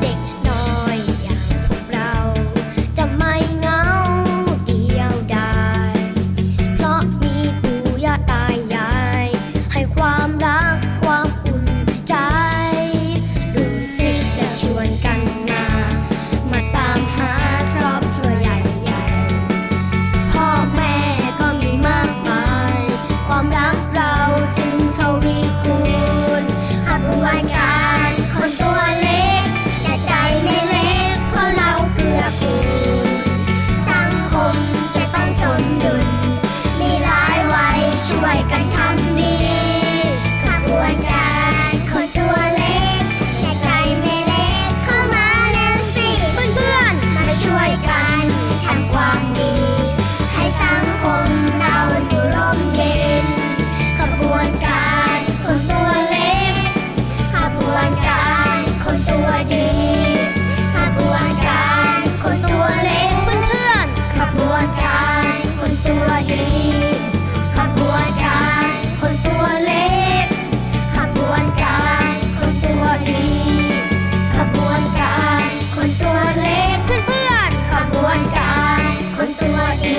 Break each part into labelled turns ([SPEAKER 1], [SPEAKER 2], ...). [SPEAKER 1] เด็กน้อยอย่างพวกเรา จะไม่เหงาเดียวดายเพราะมีปู่ย่าตายาย ให้ความรักความอุ่นใจ ดูสิจะชวนกันมา มาตามหาครอบครัวใหญ่ๆ พ่อแม่ก็มีมากมาย ความรักเราจึงทวีคูณขบวนการคนตัวเล็ก แต่ใจไม่เล็กเพราะเราเกือบคูณสังคมจะต้องสมดุล มีหลายวัยช่วยกันทำดีขบวนการคนตัวเล็ก แต่ใจไม่เล็กเข้ามาแล้วสิ เพื่อนๆ มาช่วยกันทำความดี ให้สังคมเราอยู่ร่มเย็นขบวนการคนตัวเล็ก ขบวนการคนตัวดี ขบวนการคนตัวเล็กเพื่อนๆ ขบวนการคนตัวดี ขบวนการคนตัวเล็ก ขบวนการคนตัวดี ขบวนการคนตัวเล็กเพื่อนๆ ขบวนการคนตัวดี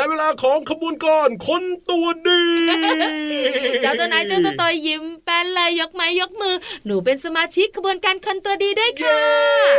[SPEAKER 2] ได้เวลาของขบวนก่อนคนตัวดี
[SPEAKER 3] เจ้าตัวนายเจ้าตัวต่อยยิ้มแป้นเลยยกไม้ยกมือ หนูเป็นสมาชิกขบวนการคนตัวดีด้วยค่ะ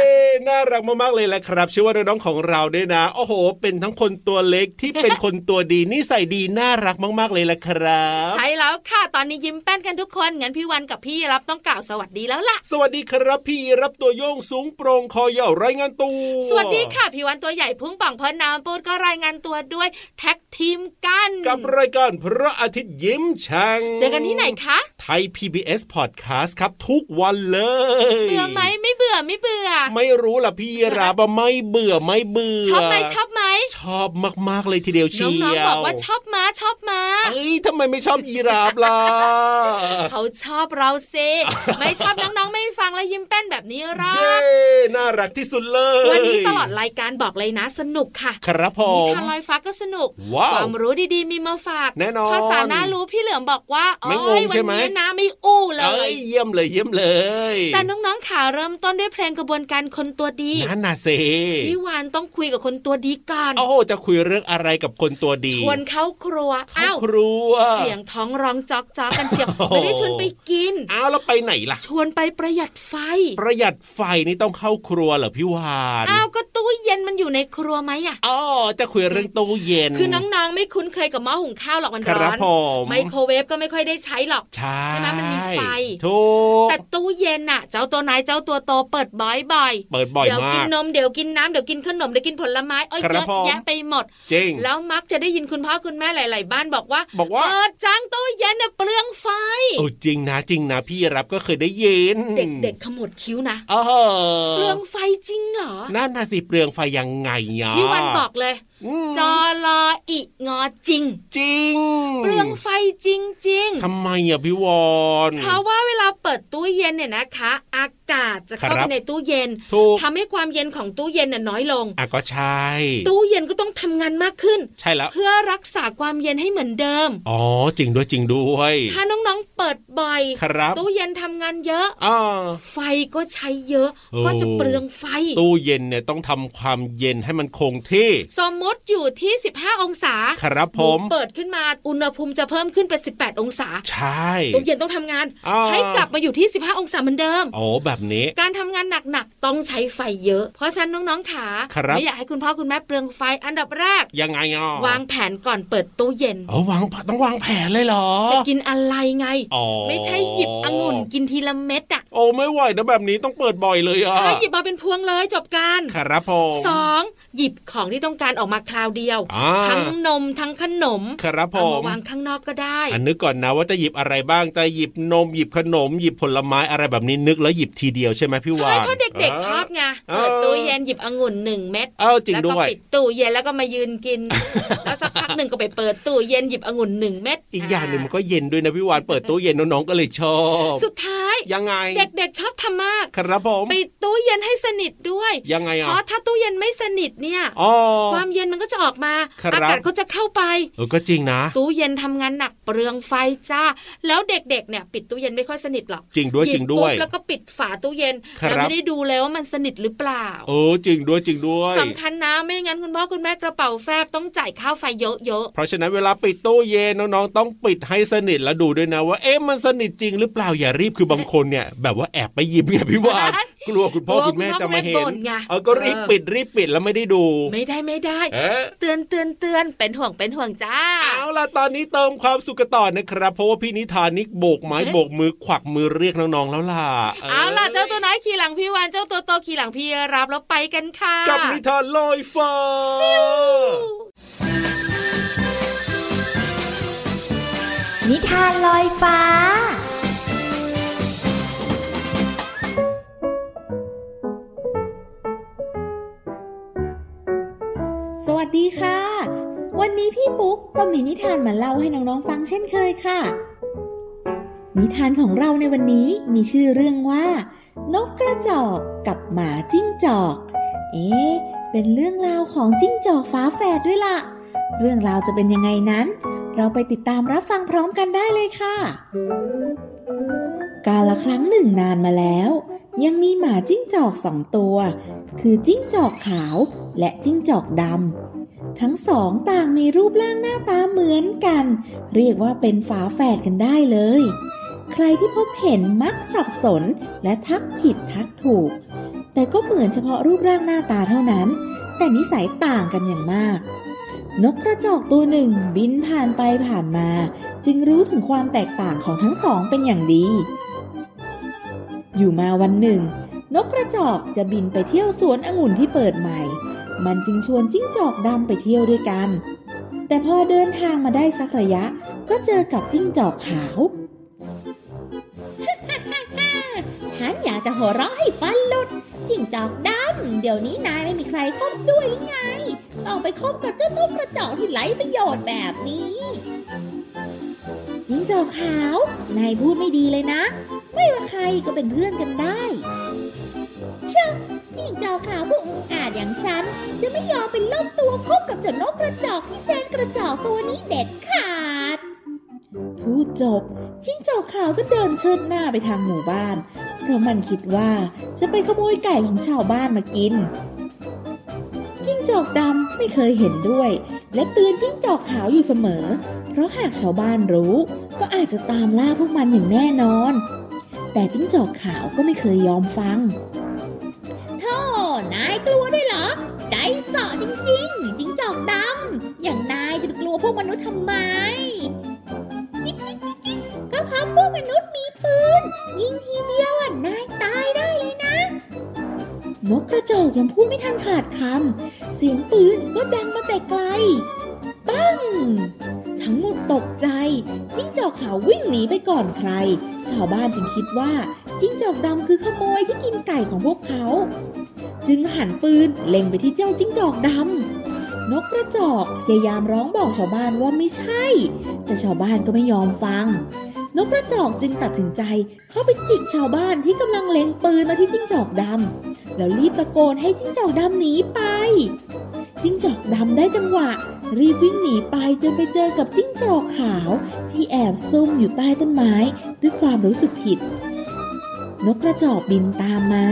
[SPEAKER 2] เย้น่ารักมากๆเลยแหละครับชื่อว่าน้องๆของเราด้วยนะโอ้โห เป็นทั้งคนตัวเล็กที่เป็นคนตัวดีนิสัยดีน่ารักมากๆเลยแหละครับ
[SPEAKER 3] ใช่แล้วค่ะตอนนี้ยิ้มแป้นกันทุกคนงั้นพี่วันกับพี่รับต้องกล่าวสวัสดีแล้วล่ะ
[SPEAKER 2] สวัสดีครับพี่รับตัวโยงสูงโปร่งคอยาวรายงานตัว
[SPEAKER 3] สวัสดีค่ะพี่วันตัวใหญ่พุ่งป่องพอน้ำปูดก็รายงานตัวด้วยแท็กทีมกัน
[SPEAKER 2] กับรายการพระอาทิตย์ยิ้มช่าง
[SPEAKER 3] เจอกันที่ไหนคะ
[SPEAKER 2] ไทย PBS Podcast ครับทุกวันเลย
[SPEAKER 3] เบื่อไหมไม่เบื่อไม่เบื่อ
[SPEAKER 2] ไม่รู้ล่ะพี่รับว่าไม่เบื่อไม่เบื่อ
[SPEAKER 3] ชอบไหมชอบไหม
[SPEAKER 2] ชอบมากๆเลยทีเดียวเชียว
[SPEAKER 3] น้องๆบอกว่าชอบม้าชอบม้า
[SPEAKER 2] เอ้ยทำไมไม่ชอบยีราฟล่ะ
[SPEAKER 3] เขาชอบเราเซ ไม่ชอบน้องๆ ไม่ฟังแล้วยิ้มแป้นแบบนี้หรอ
[SPEAKER 2] เย้
[SPEAKER 3] ก
[SPEAKER 2] น่ารักที่สุดเลย
[SPEAKER 3] วันนี้ตลอดรายการบอกเลยนะ สนุกค่ะ
[SPEAKER 2] ครับผ
[SPEAKER 3] นิ
[SPEAKER 2] ม
[SPEAKER 3] ทานลอยฟ้าก็สนุก
[SPEAKER 2] ว้าว
[SPEAKER 3] ความรู้ดีๆ มีมาฝาก
[SPEAKER 2] แน่นอน
[SPEAKER 3] ภาษาน่ารู้พี่เหลือมบอกว่าโอ้
[SPEAKER 2] ไม่ง
[SPEAKER 3] ย
[SPEAKER 2] ง
[SPEAKER 3] วั
[SPEAKER 2] ใช่ไหม
[SPEAKER 3] นี้นะไม่อู้เล
[SPEAKER 2] เอ้
[SPEAKER 3] ย
[SPEAKER 2] ยเยี่ยมเลยเยี่ยมเลย
[SPEAKER 3] แต่น้องๆขาเริ่มต้นด้วยเพลงกระบวนการคนตัวดี
[SPEAKER 2] นั่นน่ะเซ
[SPEAKER 3] พี่วานต้องคุยกับคนตัวดีก่อน
[SPEAKER 2] โอ้โหจะคุยเรื่องอะไรกับคนตัวดี
[SPEAKER 3] ชวนเข้าครัว
[SPEAKER 2] เข้า
[SPEAKER 3] อ้าว
[SPEAKER 2] ครัว
[SPEAKER 3] เสียงท้องร้องจอกจอกกันเจียบ
[SPEAKER 2] โอ้โห
[SPEAKER 3] ไม่ได้ชวนไปกิน
[SPEAKER 2] อ้าวแล้วไปไหนล่ะ
[SPEAKER 3] ชวนไปประหยัดไฟ
[SPEAKER 2] ประหยัดไฟนี่ต้องเข้าครัวเหรอพี่วาน
[SPEAKER 3] อ้าวก็ตู้เย็นมันอยู่ในครัวไหมอะ
[SPEAKER 2] อ๋อจะคุยเรื่องตู้เย็น
[SPEAKER 3] คือน้องๆไม่คุ้นเคยกับหม้อหุงข้าวหรอกมัน
[SPEAKER 2] ครั
[SPEAKER 3] ร้
[SPEAKER 2] บ
[SPEAKER 3] อน
[SPEAKER 2] ผม
[SPEAKER 3] ไมโครเวฟก็ไม่ค่อยได้ใช้หรอก
[SPEAKER 2] ใช่
[SPEAKER 3] ใช่ไหมมันมีไฟ
[SPEAKER 2] ถูก
[SPEAKER 3] แต่ตู้เย็นน่ะ เจ้าตัวนายเจ้าตัวโตเปิดบ่อย
[SPEAKER 2] เปิด
[SPEAKER 3] ๆ
[SPEAKER 2] บ่อย
[SPEAKER 3] เดี๋ยว
[SPEAKER 2] มา
[SPEAKER 3] กิน
[SPEAKER 2] ก
[SPEAKER 3] นมเดี๋ยวกินน้ำเดี๋ยวกินขนมเดี๋ยวกินผลไม้เอ้ย
[SPEAKER 2] ครับ
[SPEAKER 3] เยอะ
[SPEAKER 2] ผม
[SPEAKER 3] แยะไปหมด
[SPEAKER 2] เจ๊ง
[SPEAKER 3] แล้วมักจะได้ยินคุณพ่อคุณแม่หลาย ๆ บ้านบอกว่า
[SPEAKER 2] บอกว่า
[SPEAKER 3] เปิดจังตู้เย็นน่ะเปลืองไฟ
[SPEAKER 2] โอ้จริงนะจริงนะพี่รับก็เคยได้ยิน
[SPEAKER 3] เด็กๆขมวดคิ้วนะ
[SPEAKER 2] เออ
[SPEAKER 3] เปลืองไฟจริงเหรอ
[SPEAKER 2] นั่นน่ะสิเปลืองไฟยังไงอ่ะ
[SPEAKER 3] พี่วันบอกเลย
[SPEAKER 2] ม
[SPEAKER 3] จอลออิงอจริง
[SPEAKER 2] จริง
[SPEAKER 3] เปลืองไฟจริง ๆ
[SPEAKER 2] ทำไมอ่ะพี่วอน
[SPEAKER 3] เพราะว่าเวลาเปิดตู้เย็นเนี่ยนะคะ อากาศจะ
[SPEAKER 2] ค
[SPEAKER 3] เข้าไป
[SPEAKER 2] รับ
[SPEAKER 3] ในตู้เย็น
[SPEAKER 2] ถูก
[SPEAKER 3] ทำให้ความเย็นของตู้เย็นน่ะน้อยลง
[SPEAKER 2] อ่ะก็ใช่
[SPEAKER 3] ตู้เย็นก็ต้องทำงานมากขึ้น
[SPEAKER 2] ใช่แล้ว
[SPEAKER 3] เพื่อรักษาความเย็นให้เหมือนเดิม
[SPEAKER 2] อ๋อจริงด้วยจริงด้วย
[SPEAKER 3] ถ้าน้องๆเปิดบ่อย
[SPEAKER 2] ครับ
[SPEAKER 3] ตู้เย็นทำงานเยอะ
[SPEAKER 2] อ่า
[SPEAKER 3] ไฟก็ใช้เยอะ
[SPEAKER 2] โอ้
[SPEAKER 3] ก็จะเปลืองไฟ
[SPEAKER 2] ตู้เย็นเนี่ยต้องทำความเย็นให้มันคงที่
[SPEAKER 3] สมมติอยู่ที่ 15 องศา
[SPEAKER 2] ครับผม
[SPEAKER 3] หนูเปิดขึ้นมาอุณหภูมิจะเพิ่มขึ้นเป็น18 องศา
[SPEAKER 2] ใช่
[SPEAKER 3] ตู้เย็นต้องทำงาน
[SPEAKER 2] อ่า
[SPEAKER 3] ให้กลับมาอยู่ที่ 15 องศาเหมือนเดิม
[SPEAKER 2] อ๋อแบบนี้
[SPEAKER 3] การทำงานหนักๆ ต้องใช้ไฟเยอะ เพราะฉะนั้นน้องๆขา
[SPEAKER 2] ครับ
[SPEAKER 3] ไม่อยากให้คุณพ่อคุณแม่เปลืองไฟอันดับแรก
[SPEAKER 2] ยังไงอ่ะ
[SPEAKER 3] วางแผนก่อนเปิดตู้เย็น
[SPEAKER 2] อ๋อวางต้องวางแผนเลยเหรอ
[SPEAKER 3] จะกินอะไรไง
[SPEAKER 2] อ๋อ
[SPEAKER 3] ไม่ใช่หยิบองุ่นกินทีละเม็ดอ่ะ
[SPEAKER 2] โอ้ไม่ไหวนะแบบนี้ต้องเปิดบ่อยเลยอ่ะ
[SPEAKER 3] ใช่หยิบมาเป็นพวงเลยจบการ
[SPEAKER 2] ครับผม
[SPEAKER 3] สองหยิบของที่ต้องการออกมา คราวเดียว
[SPEAKER 2] อ่า
[SPEAKER 3] ทั้งนมทั้งขนม
[SPEAKER 2] ครับผ
[SPEAKER 3] เอา
[SPEAKER 2] ม
[SPEAKER 3] มาวางข้างนอกก็ได้
[SPEAKER 2] อันนึกก่อนนะว่าจะหยิบอะไรบ้างจะหยิบนมหยิบขนม หยิบผลไม้อะไรแบบนี้นึกแล้วหยิบทีเดียวใช่ไหมพี่วา
[SPEAKER 3] ใช่
[SPEAKER 2] น
[SPEAKER 3] เพราะเด็กๆชอบไง
[SPEAKER 2] เออ
[SPEAKER 3] เปิดตู้เย็นหยิบองุ่นหนึ่งเม็ด
[SPEAKER 2] เออจริง
[SPEAKER 3] แล้ว
[SPEAKER 2] ด้
[SPEAKER 3] ก็
[SPEAKER 2] วย
[SPEAKER 3] ปิดตู้เย็นแล้วก็มายืนกิน แล้วสักพักหนึ่งก็ไปเปิดตู้เย็นหยิบองุ่นหนึ่งเม็ด
[SPEAKER 2] อีกอย่างหนึ่งมันก็เย็นด้วยนะพี่วานเปิดตู้เย็นน้องๆก็เลยชอบ
[SPEAKER 3] สุดท้าย
[SPEAKER 2] ยังไง
[SPEAKER 3] เด็กๆชอบทำมาก
[SPEAKER 2] ครับผม
[SPEAKER 3] ปิดตู้เย็นให้สนิทด้วย
[SPEAKER 2] ยังไง
[SPEAKER 3] เพ
[SPEAKER 2] อ่ะ
[SPEAKER 3] ราะถ้าตู้เย็นไม่สนิทเนี่ย
[SPEAKER 2] อ๋อ
[SPEAKER 3] ความเย็นมันก็จะออกมา
[SPEAKER 2] ครับ
[SPEAKER 3] อากาศก็จะเข้าไป
[SPEAKER 2] เออก็จริงนะ
[SPEAKER 3] ตู้เย็นทำงานหนักเปลืองไฟจ้า แล้วเด็กๆเนี่ย ปิดตู้เย็นไม่ค่อยสนิทหรอก
[SPEAKER 2] จริงด้วย
[SPEAKER 3] หบ
[SPEAKER 2] จริงด้วย
[SPEAKER 3] ปุ๊บแล้วก็ปิดฝาตู้เย็น
[SPEAKER 2] ครับ
[SPEAKER 3] แล้วไม่ได้ดูเลยว่ามันสนิทหรือเปล่า
[SPEAKER 2] เออจริงด้วยจริงด้วย
[SPEAKER 3] สำคัญนะไม่งั้นคุณพ่อคุณแม่กระเป๋าแฟบต้องจ่ายค่าไฟเยอะ
[SPEAKER 2] เพราะฉะนั้นเวลาปิดตู้เย็นน้องๆต้องปิดให้สนิทแล้วดูด้วยนะว่าเอ๊ะมันสนิทจริงหรือเปล่าอย่ารีบคือบางคนเนี่ย แบบว่าแอบไปหยิบไง พี่วานกลัวคุณ
[SPEAKER 3] ๆ
[SPEAKER 2] พ่อคุณแม่
[SPEAKER 3] กลัว
[SPEAKER 2] จะมาเห็
[SPEAKER 3] บ่
[SPEAKER 2] น
[SPEAKER 3] ไง
[SPEAKER 2] เออก็รีบปิดรีบปิดแล้วไม่ได้ดู
[SPEAKER 3] ไม่ได้ไม่ได้
[SPEAKER 2] เอ๊ะ
[SPEAKER 3] เตือนเตือนเตือนเป็นห่วงเป็นห่วงจ้า
[SPEAKER 2] เอาล่ะตอนนี้เติมความสุขกันต่อนะครับ เพราะว่าพี่นิทานนิกโบกไม้
[SPEAKER 3] เอ๊ะ
[SPEAKER 2] โบกมือขวักมือเรียกน้องๆแล้วล่ะ
[SPEAKER 3] เอาล่ะเจ้าตัวน้อยขี่หลังพี่วานเจ้าตัวโตขี่หลังพี่รับแล้วไปกันค่ะ
[SPEAKER 2] กับนิทานลอยฟ้า
[SPEAKER 4] นิทานลอยฟ้า
[SPEAKER 5] สวัสดีค่ะ วันนี้พี่ปุ๊กก็มีนิทานมาเล่าให้น้องๆฟังเช่นเคยค่ะ นิทานของเราในวันนี้มีชื่อเรื่องว่า นกกระจอกกับหมาจิ้งจอก เอ๊ะเป็นเรื่องราวของจิ้งจอกฟ้าแฝดด้วยล่ะ เรื่องราวจะเป็นยังไงนั้น เราไปติดตามรับฟังพร้อมกันได้เลยค่ะ กาลครั้งหนึ่งนานมาแล้ว ยังมีหมาจิ้งจอกสองตัว คือจิ้งจอกขาวและจิ้งจอกดำ ทั้งสองต่างมีรูปร่างหน้าตาเหมือนกัน เรียกว่าเป็นฝาแฝดกันได้เลย ใครที่พบเห็นมักสับสนและทักผิดทักถูก แต่ก็เหมือนเฉพาะรูปร่างหน้าตาเท่านั้น แต่นิสัยต่างกันอย่างมาก นกกระจอกตัวหนึ่งบินผ่านไปผ่านมา จึงรู้ถึงความแตกต่างของทั้งสองเป็นอย่างดี อยู่มาวันหนึ่ง นกกระจอกจะบินไปเที่ยวสวนองุ่นที่เปิดใหม่ มันจึงชวนจิ้งจอกดำไปเที่ยวด้วยกัน แต่พอเดินทางมาได้สักระยะ ก็เจอกับจิ้งจอกขาว ฉันอยากจะหัวเราะให้ฟันหลุด จิ้งจอกดำ เดี๋ยวนี้นายไม่มีใครคบด้วยหรือไง ต้องไปคบกับเจ้านกกระจอกที่ไร้ประโยชน์แบบนี้ จิ้งจอกขาวนายพูดไม่ดีเลยนะ ไม่ว่าใครก็เป็นเพื่อนกันได้เชื่อจิ้งจอกขาวผู้อุกอาจอย่างฉัน จะไม่ยอมเป็นล่มตัวคบกับเจ้านกกระจอกที่แสนกระจอกตัวนี้เด็ดขาด พูดจบ จิ้งจอกขาวก็เดินเชิดหน้าไปทางหมู่บ้าน เพราะมันคิดว่าจะไปขโมยไก่ของชาวบ้านมากิน จิ้งจอกดำไม่เคยเห็นด้วย และเตือนจิ้งจอกขาวอยู่เสมอ เพราะหากชาวบ้านรู้ ก็อาจจะตามล่าพวกมันอย่างแน่นอน แต่จิ้งจอกขาวก็ไม่เคยยอมฟังโธ่นายกลัวด้วยเหรอ ใจเสาะจริงๆจิ้งจอกดำ อย่างนายจะไปกลัวพวกมนุษย์ทำไม จิ๊กจิ๊กจิ๊กจิ๊กก็เพราะพวกมนุษย์มีปืน ยิงทีเดียวอ่ะนายตายได้เลยนะ นกกระจอกยังพูดไม่ทันขาดคำ เสียงปืนก็ดังมาแต่ไกล ปัง ทั้งหมดตกใจ จิ้งจอกขาววิ่งหนีไปก่อนใคร ชาวบ้านจึงคิดว่า จิ้งจอกดำคือขโมยที่กินไก่ของพวกเขา จึงหันปืนเล็งไปที่เจ้าจิ้งจอกดำ นกกระจอกพยายามร้องบอกชาวบ้านว่าไม่ใช่ แต่ชาวบ้านก็ไม่ยอมฟัง นกกระจอกจึงตัดสินใจเข้าไปจิกชาวบ้านที่กำลังเล็งปืนมาที่จิ้งจอกดำแล้วรีบตะโกนให้จิ้งจอกดำหนีไป จิ้งจอกดำได้จังหวะ รีบวิ่งหนีไปจนไปเจอกับจิ้งจอกขาว ที่แอบซุ่มอยู่ใต้ต้นไม้ด้วยความรู้สึกผิด นกกระจอกบินตามมา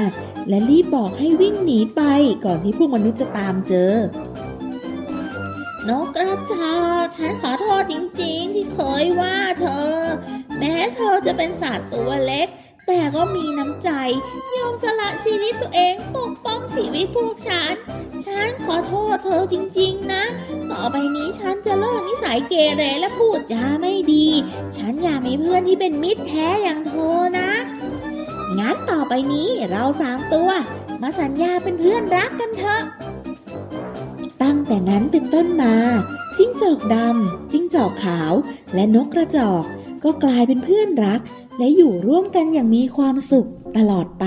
[SPEAKER 5] และรีบบอกให้วิ่งหนีไปก่อนที่พวกมนุษย์จะตามเจอ นกกระจอกฉันขอโทษจริงๆ ที่เคยว่าเธอ แม้เธอจะเป็นสัตว์ตัวเล็ก แต่ก็มีน้ำใจ ยอมสละชีวิตตัวเองปกป้องชีวิตพวกฉัน ฉันขอโทษเธอจริงๆนะ ต่อไปนี้ฉันจะเลิกนิสัยเกเรและพูดจาไม่ดี ฉันอยากมีเพื่อนที่เป็นมิตรแท้อย่างเธอนะ งั้นต่อไปนี้เราสามตัว มาสัญญาเป็นเพื่อนรักกันเถอะ ตั้งแต่นั้นเป็นต้นมา จิ้งจอกดำจิ้งจอกขาว และนกกระจอก ก็กลายเป็นเพื่อนรัก และอยู่ร่วมกันอย่างมีความสุขตลอดไป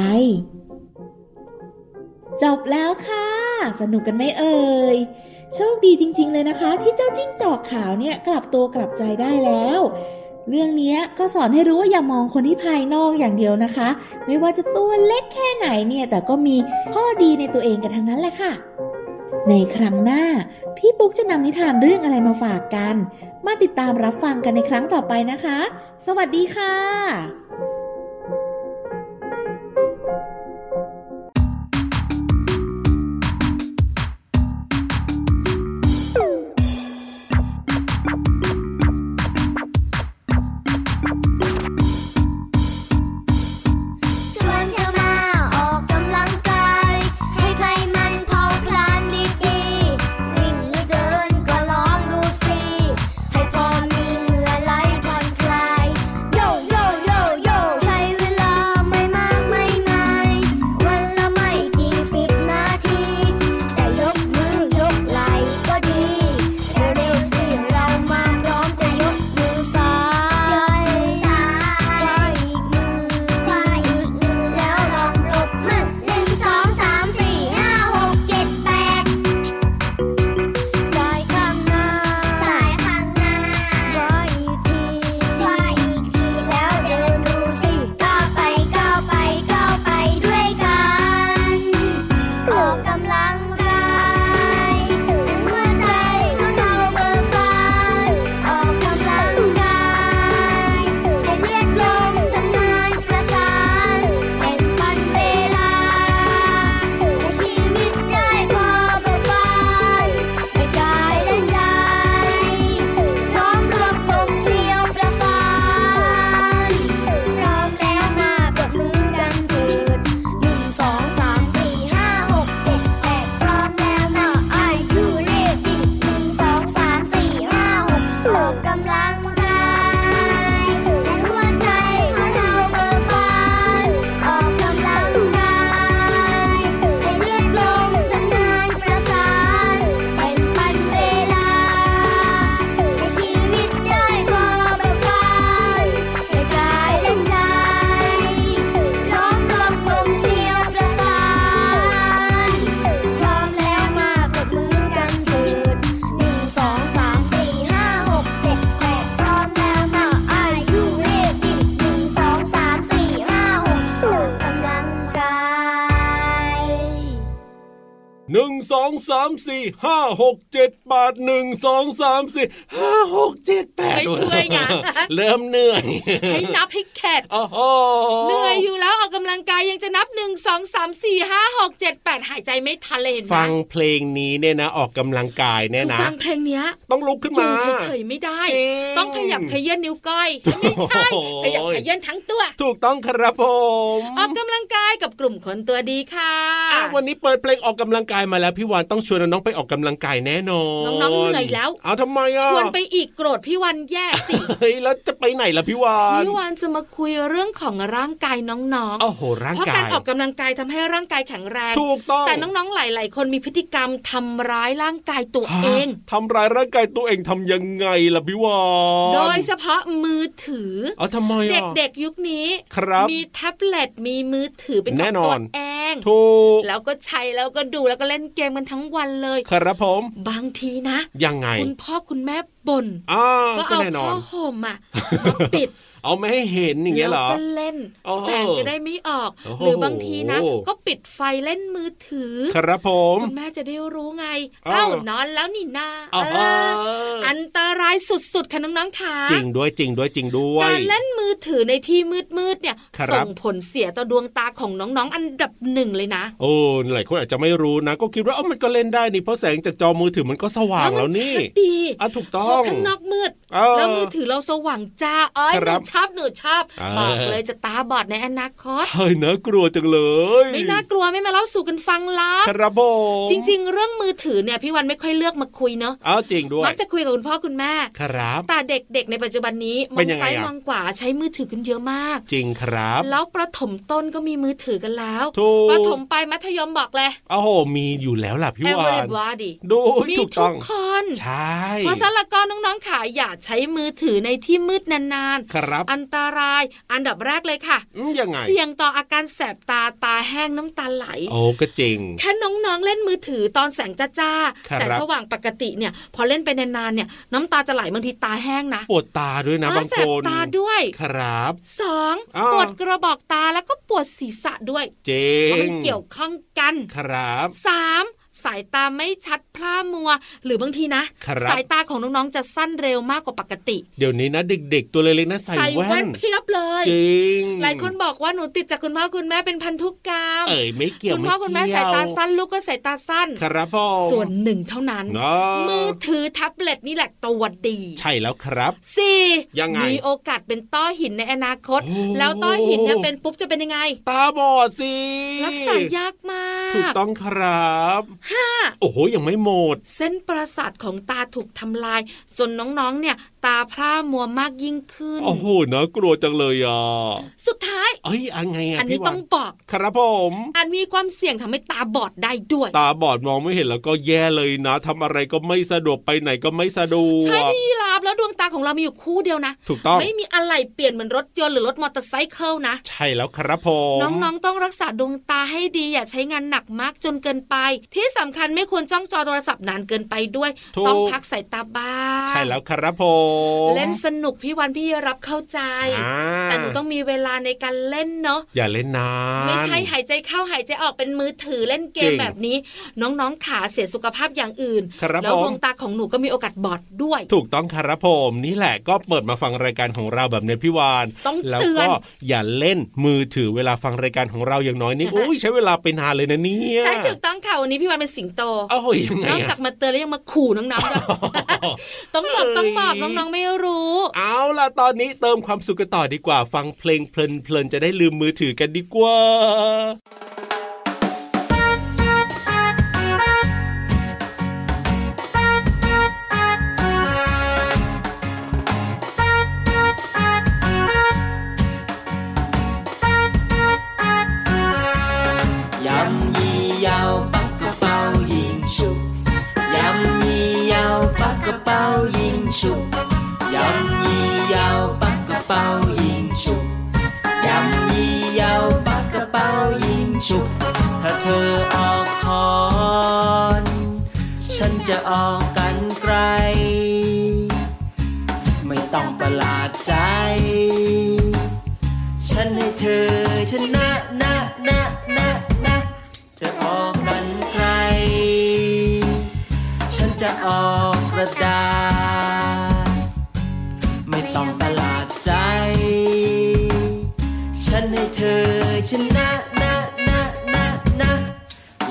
[SPEAKER 5] จบแล้วค่ะ สนุกกันไหมเอ่ย โชคดีจริง ๆ เลยนะคะ ที่เจ้าจิ้งจอกขาวเนี่ยกลับตัวกลับใจได้แล้ว เรื่องเนี้ยก็สอนให้รู้ว่าอย่ามองคนที่ภายนอกอย่างเดียวนะคะ ไม่ว่าจะตัวเล็กแค่ไหนเนี่ย แต่ก็มีข้อดีในตัวเองกันทั้งนั้นแหละค่ะ ในครั้งหน้า พี่ปุ๊กจะนำนิทานเรื่องอะไรมาฝากกัน มาติดตามรับฟังกันในครั้งต่อไปนะคะ สวัสดีค่ะ
[SPEAKER 1] ชวนเธอมาออกกำลังกาย ให้ใครมันเผาพลานดีๆ วิ่งหรือเดินก็ลองดูสิ ให้พอมีเหงื่อไหลผ่อนคลาย โยโยโยโยใช้เวลาไม่มากไม่นานวันละไม่กี่สิบนาที จะยกมือยกไหลก็ดี เร็วๆสิเรามาพร้อมจะยกมือซ้ายขวาอีกมือขวาอีกมือแล้วลองปรบมือหนึ่งสองสามสี่ห้าหกเจ็ดแปด ซ้ายข้างหน้าซ้ายข้างหน้าซ้ายอีกทีซ้ายอีกทีแล้วเดินดูสิก้าวไปก้าวไปก้าวไปด้วยกัน ออกกำลังกายหัวใจของเราเบิกบานออกกำลังกายให้เลือดลมทำงานประสานเป็นปันเวลา ให้ชีวิตได้พอเบิกบานให้กายและใจน้อมรวมกลมเกลียวประสานพร้อมแล้วมาปรบมือกันเถิดหนึ่งสองสามสี่ห้าหกเจ็ดแปดพร้อมแล้วเนาะ Are you ready หนึ่งสองสามสี่ห้าหกออกกำลังกายให้หัวใจของเราเบิกบาน ออกกำลังกายให้เลือดลมทำงานประสานเป็นปันเวลา ให้ชีวิตได้พอประกานให้กายและใจล้อมรวมกลมเกลียวประสานพร้อมแล้วมาปรบมือกันเถิดหนึ่งสองสามสี่ห้าหกเจ็ดแปดพร้อมแล้วมา Are you ready หนึ่งสองสามสี่ห้าหกออกกำลังกาย
[SPEAKER 2] หนึ่งสองสามสี่ห้าหกเจ็ดแปดหนึ่งสองสามสี่ห้าหกเจ็ดแปด
[SPEAKER 3] ไม่ช่วยไง
[SPEAKER 2] เริ่มเหนื่อย
[SPEAKER 3] ให้นับให้แขด
[SPEAKER 2] โอ้โห
[SPEAKER 3] เหนื่อยอยู่แล้วออกกำลังกายยังจะนับหนึ่งสองสามสี่ห้าหกเจ็ดแปดหายใจไม่ทันเลยเห็นไหม
[SPEAKER 2] ฟังเพลงนี้เนี่ยนะ ออกกำลังกายเนี่ย
[SPEAKER 3] คือ
[SPEAKER 2] นะ
[SPEAKER 3] ฟังเพลงเนี้ย
[SPEAKER 2] ต้องลุกขึ้น
[SPEAKER 3] อ
[SPEAKER 2] มา
[SPEAKER 3] ยู่เฉยๆไม่ได้
[SPEAKER 2] จริง
[SPEAKER 3] ต้องขยับขยื่นนิ้วก้อยไม่ใช่
[SPEAKER 2] โอ้โห
[SPEAKER 3] ขยับขยื่นทั้งตัว
[SPEAKER 2] ถูกต้องครับผม
[SPEAKER 3] ออกกำลังกายกับกลุ่มคนตัวดีค่ะ
[SPEAKER 2] อ่ะวันนี้เปิดเพลงออกกำลังกายมาแล้วพี่วานต้องชวนน้องๆไปออกกำลังกายแน่นอน
[SPEAKER 3] น้องๆเหนื่อยแล้ว
[SPEAKER 2] เอาทำไมอ่ะ
[SPEAKER 3] ชวนไปอีกโกรธพี่วันแย่สิ
[SPEAKER 2] เฮ้ยแล้วจะไปไหนล่ะพี่วาน
[SPEAKER 3] พี่วานจะมาคุยเรื่องของร่างกายน้อง
[SPEAKER 2] โอ้โหร่าง
[SPEAKER 3] ๆ เพราะ
[SPEAKER 2] กาย
[SPEAKER 3] การออกกำลังกายทำให้ร่างกายแข็งแรง
[SPEAKER 2] ถูกต้อง
[SPEAKER 3] แต่น้องๆ หลาย ๆ คนมีพฤติกรรมทำร้ายร่างกายตัวเอง
[SPEAKER 2] ฮะทำร้ายร่างกายตัวเองทำยังไงล่ะพี่วาน
[SPEAKER 3] โดยเฉพาะมือถืออ
[SPEAKER 2] เอาทำไม
[SPEAKER 3] เ
[SPEAKER 2] อ่ะ
[SPEAKER 3] ด็กๆ ยุคนี้
[SPEAKER 2] ครับ
[SPEAKER 3] มีแท็บเล็ตมีมือถือเป็นข
[SPEAKER 2] แน่
[SPEAKER 3] อง
[SPEAKER 2] น
[SPEAKER 3] ตั
[SPEAKER 2] อ
[SPEAKER 3] วน เอง
[SPEAKER 2] ถูก
[SPEAKER 3] แล้วก็ใช้แล้วก็ดูแล้วก็เล่นเกมกันทั้งวันเลย
[SPEAKER 2] ครับผม
[SPEAKER 3] บางทีนะ
[SPEAKER 2] ยังไง
[SPEAKER 3] คุณพ่อคุณแม่บ่น
[SPEAKER 2] อ่า
[SPEAKER 3] ก็
[SPEAKER 2] ก็
[SPEAKER 3] เอา
[SPEAKER 2] แน่นอ
[SPEAKER 3] ผ้าน ห่มอ่ะมาปิด
[SPEAKER 2] เอาไม่ให้เห็นอย่างเงี้ยเหรอ
[SPEAKER 3] แล้วก็เล่น
[SPEAKER 2] โอ้
[SPEAKER 3] แสงจะได้ไม่ออก
[SPEAKER 2] โอ้โห
[SPEAKER 3] หรือบางทีนะ ก็ปิดไฟเล่นมือถือ
[SPEAKER 2] ครับผม
[SPEAKER 3] คุณแม่จะได้รู้ไง
[SPEAKER 2] เอ้า
[SPEAKER 3] เอ้านอนแล้วนี่นา
[SPEAKER 2] อ๋อ
[SPEAKER 3] เอออันตรายสุดๆค่ะน้องๆค่ะ
[SPEAKER 2] จริงด้วยจริงด้วยจริงด้วย
[SPEAKER 3] การเล่นมือถือในที่มืดๆเนี่ย
[SPEAKER 2] ครับ
[SPEAKER 3] ส่งผลเสียต่อดวงตาของน้องๆ อันดับหนึ่งเลยนะ
[SPEAKER 2] โอ้หลายคนอาจจะไม่รู้นะ ก็คิดว่าเอ้ามันก็เล่นได้นี่เพราะแสงจากจอมือถือมันก็สว่าง
[SPEAKER 3] มั
[SPEAKER 2] แล้วนี่
[SPEAKER 3] ชัดดี
[SPEAKER 2] อ่ะถูก
[SPEAKER 3] พ
[SPEAKER 2] ต้
[SPEAKER 3] อ
[SPEAKER 2] อง
[SPEAKER 3] ข้างนอกมืด
[SPEAKER 2] เออ
[SPEAKER 3] แล้วมือถือเราสว่างจ้าเอ้ย
[SPEAKER 2] ค
[SPEAKER 3] ห
[SPEAKER 2] รั
[SPEAKER 3] นู
[SPEAKER 2] บ
[SPEAKER 3] ชอบหนูชอบ
[SPEAKER 2] อ่า
[SPEAKER 3] บอกเลยจะตาบอดในอนาคต
[SPEAKER 2] เฮ้ยน่ากลัวจังเลย
[SPEAKER 3] ไม่น่ากลัวไม่มาเล่าสู่กันฟังละ
[SPEAKER 2] ครับผม
[SPEAKER 3] จริง ๆ เรื่องมือถือเนี่ยพี่วันไม่ค่อยเลือกมาคุยเนาะ
[SPEAKER 2] อ้าวจริงด้วย
[SPEAKER 3] มักจะคุยกับคุณพ่อคุณแม่
[SPEAKER 2] ครับ
[SPEAKER 3] แต่เด็กๆ ในปัจจุบันนี้ม
[SPEAKER 2] เป็
[SPEAKER 3] อน ง
[SPEAKER 2] ยังไง
[SPEAKER 3] ซ้าย
[SPEAKER 2] อะ
[SPEAKER 3] มองขวาใช้มือถือกันเยอะมาก
[SPEAKER 2] จริงครับ
[SPEAKER 3] แล้วประถมต้นก็มีมือถือกันแล้ว
[SPEAKER 2] ถูก
[SPEAKER 3] ประถมไปมัธยมบอกเลย
[SPEAKER 2] โอ้โหมีอยู่แล้วล่ะพี่
[SPEAKER 3] แอม
[SPEAKER 2] วา
[SPEAKER 3] เบ
[SPEAKER 2] น
[SPEAKER 3] ดวาดิ
[SPEAKER 2] ดู
[SPEAKER 3] มี
[SPEAKER 2] ถูก
[SPEAKER 3] ทุ
[SPEAKER 2] ต้อก ง
[SPEAKER 3] คน
[SPEAKER 2] ใช่
[SPEAKER 3] เพราะฉะนั้นและก็น้องๆขาอย่าใช้มือถือในที่มืดนาน
[SPEAKER 2] ครับ
[SPEAKER 3] ๆ อันตรายอันดับแรกเลยค่ะ
[SPEAKER 2] อืมยังไง
[SPEAKER 3] เสี่ยงต่ออาการแสบตาตาแห้งน้ำตาไหล
[SPEAKER 2] โอ้ก็จริง
[SPEAKER 3] แค่น้องๆเล่นมือถือตอนแสงจ้า
[SPEAKER 2] ครับ
[SPEAKER 3] ๆแสงสว่างปกติเนี่ย พอเล่นไปนานๆเนี่ย น้ำตาจะไหลบางทีตาแห้งนะ
[SPEAKER 2] ปวดตาด้วยนะ
[SPEAKER 3] อ่า
[SPEAKER 2] บาง
[SPEAKER 3] แส
[SPEAKER 2] ค
[SPEAKER 3] บ
[SPEAKER 2] น
[SPEAKER 3] ตาด้วย
[SPEAKER 2] ครับ
[SPEAKER 3] สอง
[SPEAKER 2] อ้าว
[SPEAKER 3] ปวดกระบอกตาแล้วก็ปวดศีรษะด้วย
[SPEAKER 2] เจริ
[SPEAKER 3] เพราะมั
[SPEAKER 2] ง
[SPEAKER 3] นเกี่ยวข้องกัน
[SPEAKER 2] ครับ
[SPEAKER 3] สามสายตาไม่ชัดพร่ามัว หรือบางทีนะ
[SPEAKER 2] ครับ
[SPEAKER 3] สายตาของน้องๆจะสั้นเร็วมากกว่าปกติ
[SPEAKER 2] เดี๋ยวนี้นะเด็กๆ ตัวเล็กๆนะใส่แว่น
[SPEAKER 3] เพียบเลย
[SPEAKER 2] จริง
[SPEAKER 3] หลายคนบอกว่าหนูติดจากคุณพ่อคุณแม่เป็นพันธุกรรม
[SPEAKER 2] เอ่ยไม่เกี่ยว
[SPEAKER 3] คุณพ่อ
[SPEAKER 2] ไเกี่ยว
[SPEAKER 3] คุณแม่สายตาสั้นลูกก็สายตาสั้น
[SPEAKER 2] ครับพ่อ
[SPEAKER 3] ส่วนหนึ่งเท่านั้น
[SPEAKER 2] อ๋อ
[SPEAKER 3] มือถือแท็บเล็ตนี่แหละตัวดี
[SPEAKER 2] ใช่แล้วครับ
[SPEAKER 3] สี่
[SPEAKER 2] ยังไง
[SPEAKER 3] มีโอกาสเป็นต้อหินในอนาคต
[SPEAKER 2] โอ้
[SPEAKER 3] แล้วต้อหินเนี่ยเป็นปุ๊บจะเป็นยังไง
[SPEAKER 2] ตาบอดสิ
[SPEAKER 3] รักษายากมาก
[SPEAKER 2] ถูกต้องครับห้าโอ้โหยังไม่หมด
[SPEAKER 3] เส้นประสาทของตาถูกทำลาย จนน้องๆ เนี่ย ตาพร่ามัวมากยิ่งขึ้น
[SPEAKER 2] โอ้โหนะกลัวจังเลยอ่ะ
[SPEAKER 3] สุดท้าย
[SPEAKER 2] เอ้ยอันไงอ่ะ
[SPEAKER 3] อันนี้
[SPEAKER 2] พี่วา
[SPEAKER 3] ต้องบอก
[SPEAKER 2] ครับผม
[SPEAKER 3] อาจมีความเสี่ยงทำให้ตาบอดได้ด้วย
[SPEAKER 2] ตาบอดมองไม่เห็นแล้วก็แย่เลยนะทำอะไรก็ไม่สะดวกไปไหนก็ไม่สะดว
[SPEAKER 3] ใช่
[SPEAKER 2] ก
[SPEAKER 3] พี่ยีราบแล้วดวงตาของเรามีอยู่คู่เดียวนะ
[SPEAKER 2] ถูกต้อง
[SPEAKER 3] ไม่มีอะไรเปลี่ยนเหมือนรถยนต์หรือรถมอเตอร์ไซค์นะ
[SPEAKER 2] ใช่แล้วครับผม
[SPEAKER 3] น้องๆต้องรักษาดวงตาให้ดีอย่าใช้งานหนักมากจนเกินไป ที่สำคัญไม่ควรจ้องจอโทรศัพท์นานเกินไปด้วย
[SPEAKER 2] ถูก
[SPEAKER 3] ต้องพักสายตาบ้าง
[SPEAKER 2] ใช่แล้วครับผม
[SPEAKER 3] เล่นสนุกพี่วันพี่รับเข้าใจ
[SPEAKER 2] อ่า
[SPEAKER 3] แต่หนูต้องมีเวลาในการเล่นเนาะ
[SPEAKER 2] อย่าเล่นนาน
[SPEAKER 3] ไม่ใช่หายใจเข้าหายใจออกเป็นมือถือเล่นเกม
[SPEAKER 2] จริง
[SPEAKER 3] แบบนี้ น้องๆขาเสียสุขภาพอย่างอื่น
[SPEAKER 2] ครับ
[SPEAKER 3] แล้ว
[SPEAKER 2] ผม
[SPEAKER 3] ดวงตาของหนูก็มีโอกาสบอดด้วย
[SPEAKER 2] ถูกต้องครับผมนี่แหละก็เปิดมาฟังรายการของเราแบบในพี่วาน
[SPEAKER 3] ต้องเตือน
[SPEAKER 2] แล้วก็อย่าเล่นมือถือเวลาฟังรายการของเราอย่างน้อยนี่อุ้ยใช้เวลาไปนานเลยนะเนี่ย
[SPEAKER 3] ใช่ถูกต้องค่ะวันนี้พี่วันเป็นสิงโต
[SPEAKER 2] เอ้ายังไง
[SPEAKER 3] นอก
[SPEAKER 2] อะ
[SPEAKER 3] จากมาเตือนแล้วยังมาขู่น้องๆด้วย ต้องบอกต้องบอกน้องๆไม่รู้
[SPEAKER 2] เอาล่ะ ตอนนี้เติมความสุขกันต่อดีกว่า ฟังเพลงเพลินๆ จะได้ลืมมือถือกันดีกว่า
[SPEAKER 6] Yam yi yao bắc cơ bao yin chu Yam yi yao bắc cơ bao yin chu Yam yi yao bắc cơ bao yin chu Yam yi yao bắc cơ bao yin chu ถ้าเธอออกคอน ฉันจะออกกันไกล ไม่ต้องประหลาดใจ ฉันให้เธอชนะนะนะนะนะจะออกกันใคร ฉันจะออกกระดาษ ไม่ต้องประหลาดใจ ฉันให้เธอชนะนะนะนะนะ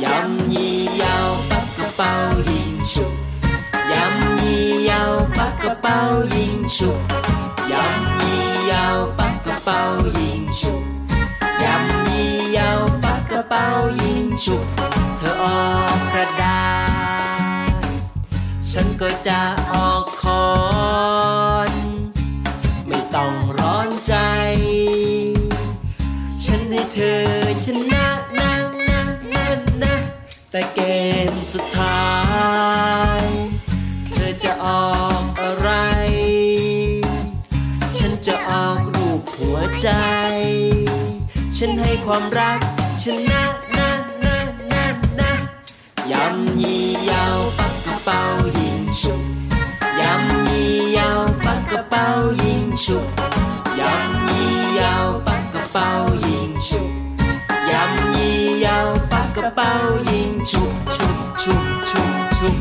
[SPEAKER 6] ยำยี่ยาวปักกระเป๋ายิงฉุกยำยี่ยาวปักกระเป๋ายิงฉุก ยำยี่ยาวปักกระเป๋ายิงฉุกยำยี่ยาวปักกระเป๋ายิงฉุก เธอออกกระดาษ ฉันก็จะออกคอน ไม่ต้องร้อนใจ ฉันให้เธอชนะนะนะนะนะแต่เกมสุดท้าย เธอจะออกอะไร ฉันจะออกรูปหัวใจ ฉันให้ความรักชนะนะนะนะนะยำยี่ยาวปักกระเป๋ายิงฉุกยำยี่ยาวปักกระเป๋ายิงฉุกยำยี่ยาวปักกระเป๋ายิงฉุกยำยี่ยาวปักกระเป๋ายิงฉุกฉุกฉุกฉุกฉุก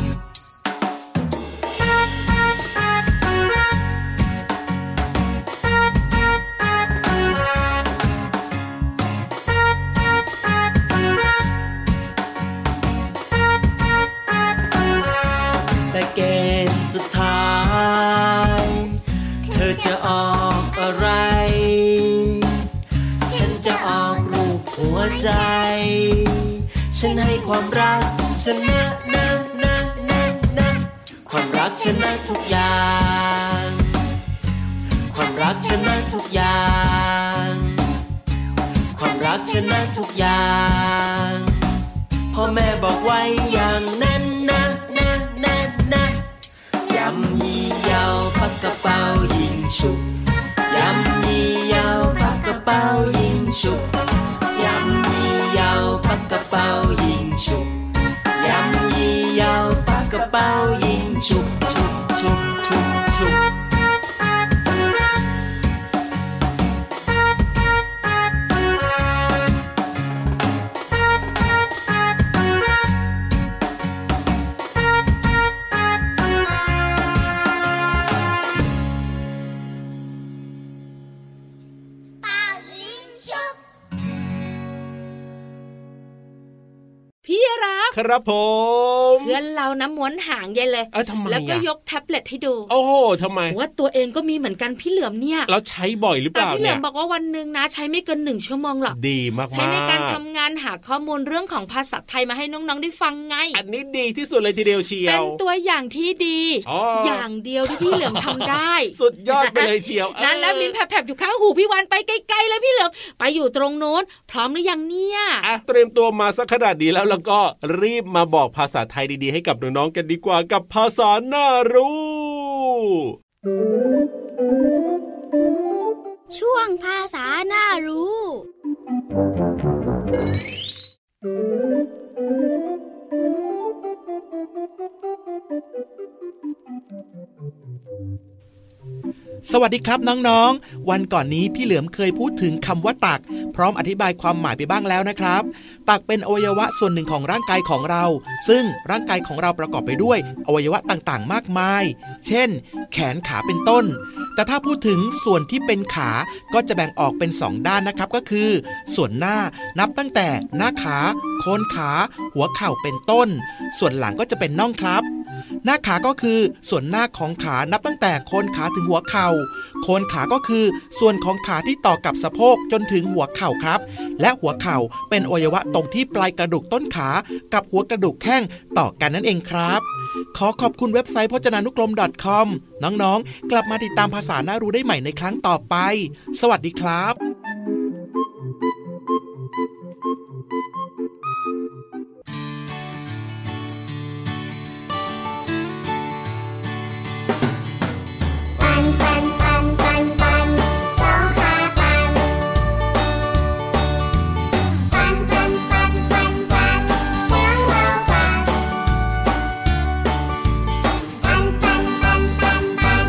[SPEAKER 6] แต่เกมสุดท้าย วใจ ฉันให้ความรักชนะนะนะนะนะความรักชนะทุกอย่าง ความรักชนะทุกอย่าง ความรักชนะทุกอย่างพ่อแม่บอกไว้อย่างนั้นนะนะนะนะยำยี่เยาวปักกระเป๋ายิงฉุกยำยี่เยาวปักกระเป๋ายิงฉุกยำยี่เยาวปักกระเป๋ายิงฉุกยำยี่เยาวปักกระเป๋ายิงฉุกฉุกฉุกฉุกฉุก
[SPEAKER 7] เป่ายิงชุบ
[SPEAKER 3] พี่รับ
[SPEAKER 2] ครับผม
[SPEAKER 3] เพื่อนเราน้ำม้วนหางใหญ่เลย
[SPEAKER 2] เอ้ยทำไมอะ
[SPEAKER 3] แล้วก็ยกแท็บเล็ตให้ดู
[SPEAKER 2] โอ้โหทำไม
[SPEAKER 3] ว่าตัวเองก็มีเหมือนกันพี่เหลือมเนี่ย
[SPEAKER 2] แล้วใช้บ่อยหรือเป
[SPEAKER 3] แต่
[SPEAKER 2] ล่า
[SPEAKER 3] พี่เหลื
[SPEAKER 2] เนี่
[SPEAKER 3] อย มบอกว่าวันหนึ่งนะ ใช้ไม่เกินหนึ่งชั่วโมงหรอก
[SPEAKER 2] ดีมากๆ
[SPEAKER 3] ใช้ในการทำงานหาข้อมูลเรื่องของภาษาไทยมาให้น้องๆได้ฟังไง
[SPEAKER 2] อันนี้ดีที่สุดเลยทีเดียวเชีย
[SPEAKER 3] เป็น
[SPEAKER 2] ว
[SPEAKER 3] ตัวอย่างที่ดี
[SPEAKER 2] ชอบ
[SPEAKER 3] อย่างเดียวที่พี่เหลือมทำได้
[SPEAKER 2] สุดยอดไปเลยเชียว
[SPEAKER 3] นั้นแล้วมินแผลบๆอยู่ข้างหูพี่วันไปไกลๆแล้วพี่เหลือมไปอยู่ตรงโน้นพร้อมหรือยังเนี่ย
[SPEAKER 2] อ่ะเตรียมตัวมาสักขนาดนี้แล้วแล้วก็รีบมาบอกภาษาไทยดีๆ ให้กับน้องๆกันดีกว่ากับภาษาหน้ารู้
[SPEAKER 7] ช่วงภาษาหน้ารู้
[SPEAKER 8] สวัสดีครับน้องๆ วันก่อนนี้พี่เหลือมเคยพูดถึงคำว่าตัก พร้อมอธิบายความหมายไปบ้างแล้วนะครับ ตักเป็นอวัยวะส่วนหนึ่งของร่างกายของเรา ซึ่งร่างกายของเราประกอบไปด้วย อวัยวะต่างๆ มากมาย เช่น แขนขาเป็นต้น แต่ถ้าพูดถึงส่วนที่เป็นขาก็จะแบ่งออกเป็น 2 ด้านนะครับก็คือ ส่วนหน้านับตั้งแต่หน้าขาโคนขา หัวเข่าเป็นต้น ส่วนหลังก็จะเป็นน่องครับ หน้าขาก็คือส่วนหน้าของขานับตั้งแต่โคนขาถึงหัวเข่า โคนขาก็คือส่วนของขาที่ต่อกับสะโพกจนถึงหัวเข่าครับ และหัวเข่าเป็นอวัยวะตรงที่ปลายกระดูกต้นขา กับหัวกระดูกแข้งต่อกันนั่นเองครับ ขอขอบคุณเว็บไซต์พจนานุกรม .com น้องๆ กลับมาติดตามภาษาหน้ารู้ได้ใหม่ในครั้งต่อไป สวัสดีครับ
[SPEAKER 7] ปันปันปันปันปันสองขาปัน ปันปันปันปันปันเสียงเบาปัน ปันปันปันปันปัน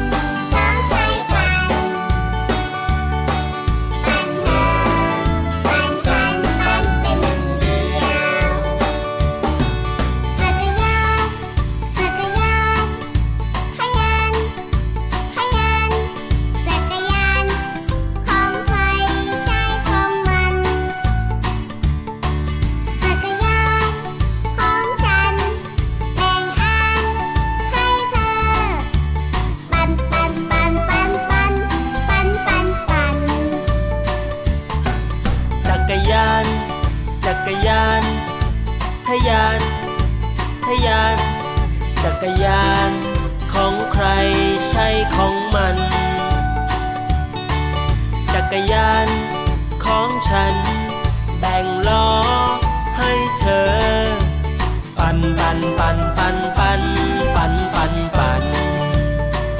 [SPEAKER 7] สองไข่ปัน ปันเธอปันฉันปันเป็นหนึ่งเดียวจักรยานจักรยานขยัน ขยันจักรยานของใครใช้ของมันจักรยานของฉันแบ่งอันให้เธอ ปันปันปันปันปันปันปันปั
[SPEAKER 6] จักรยาน จักรยาน ทะยาน ทะยาน จักรยาน
[SPEAKER 7] น
[SPEAKER 6] ของใครใช่ของมัน จักรยาน ของฉัน แบ่งล้อให้เธอ ปันปันปันปันปันปันปันปัน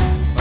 [SPEAKER 7] ป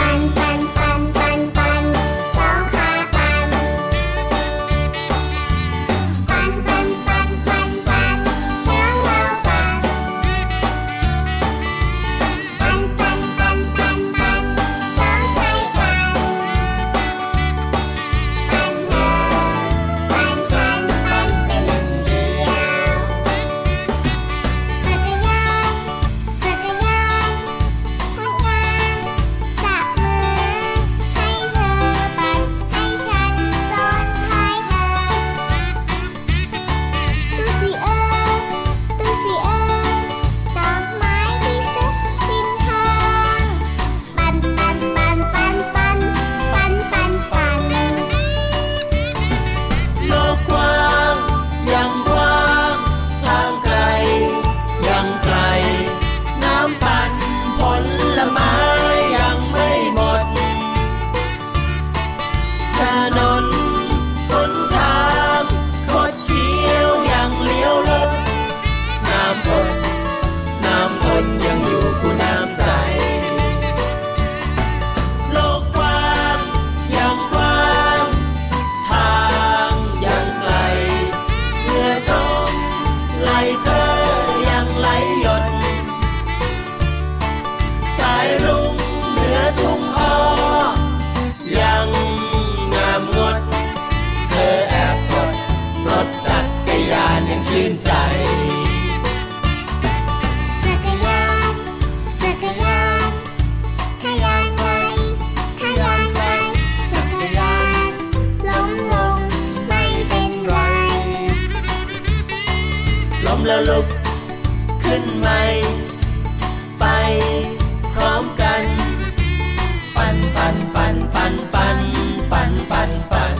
[SPEAKER 6] ลุก ขึ้นใหม่ ไป พร้อมกัน ปันปันปันปันปันปันปันปัน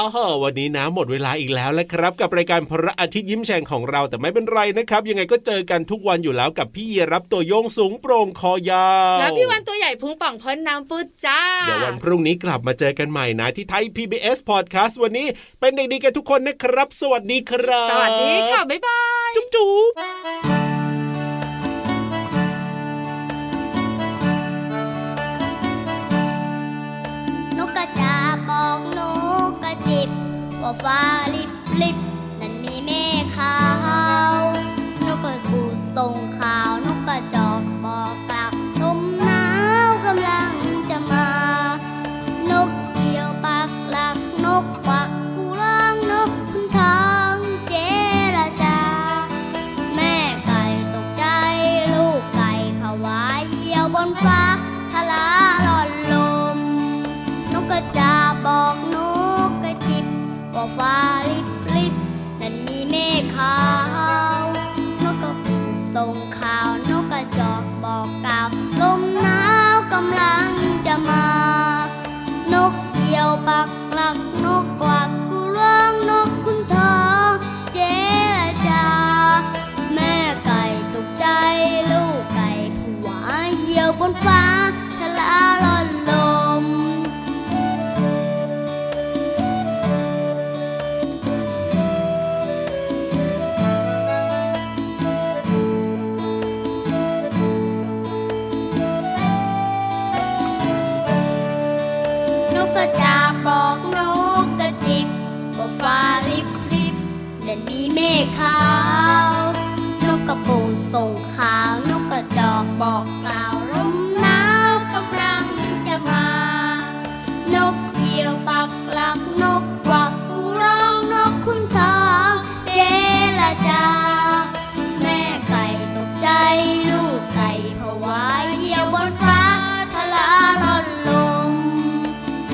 [SPEAKER 2] อ้าวเหอะวันนี้นะหมดเวลาอีกแล้วแหละครับ กับรายการพระอาทิตย์ยิ้มแฉ่งของเราแต่ไม่เป็นไรนะครับ ยังไงก็เจอกันทุกวันอยู่แล้วกับพี่เยรับตัวโยงสูงโปร่งคอยาว
[SPEAKER 3] แล้วพี่วันตัวใหญ่พุงป่องพ้นน้ำปืดจ้า
[SPEAKER 2] เดี๋ยววันพรุ่งนี้กลับมาเจอกันใหม่นะ ที่ไทย PBS Podcast วันนี้เป็นเด็กดีกันทุกคนนะครับ สวัสดีครับ
[SPEAKER 3] สวัสดีค่ะ บ๊ายบาย
[SPEAKER 2] จุ๊บจุ๊บ
[SPEAKER 7] นกกระจาบบอกนกกระจิบว่าฟ้าลิบลิบนั้นมีเมฆขาวนกกระปูส่งข่าวนกกระจอกบอกกลับลมหนาวกำลังจะมา นกเกี่ยวปักหลักนกควักกูร้องนกคุณทางเจรจา แม่ไก่ตกใจลูกไก่ผวาเหยี่ยวบนฟ้าทะลาหล่อนลม นกกระจาบบอกนกกระจิบว่าฟ้าริบริบนั่นมีเมฆขาวนกกระปูส่งข่าวนกกระจอกบอกกล่าวลมหนาวกำลังจะมา นกเอี่ยวปักหลักนกกวักกูร้องนกคุณทองเจรจา แม่ไก่ตกใจลูกไก่ผวาเหยี่ยวบนฟ้าทะลาล่อนลม นกกระจาบบอกนกกระจิบบอกฟ้าริบริบและมีเมฆขาวนกกระปูนส่งข่าวนกกระจอกบอกกล่าวลมหนาวกำลังจะมา นกเหยี่ยวปักหลักนกกวักกูร้องนกคุณทองเจรจา แม่ไก่ตกใจลูกไก่ผวาเหยี่ยวบนฟ้าทะลาล่อนลม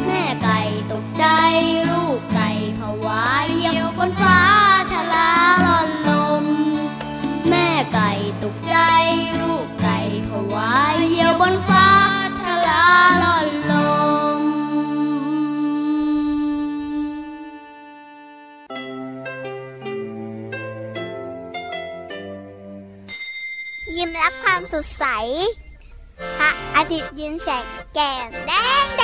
[SPEAKER 7] แม่ไก่ตกใจลูกไก่ผวาเหยี่ยวบนฟ้าทะลาล่อนลม แม่ไก่ตกใจลูกไก่ผวาเหยี่ยวบนฟ้าทะลาล่อนลม
[SPEAKER 9] ยิ้มรับความสดใส พระอาทิตย์ยิ้มแฉกแก้มแดงแด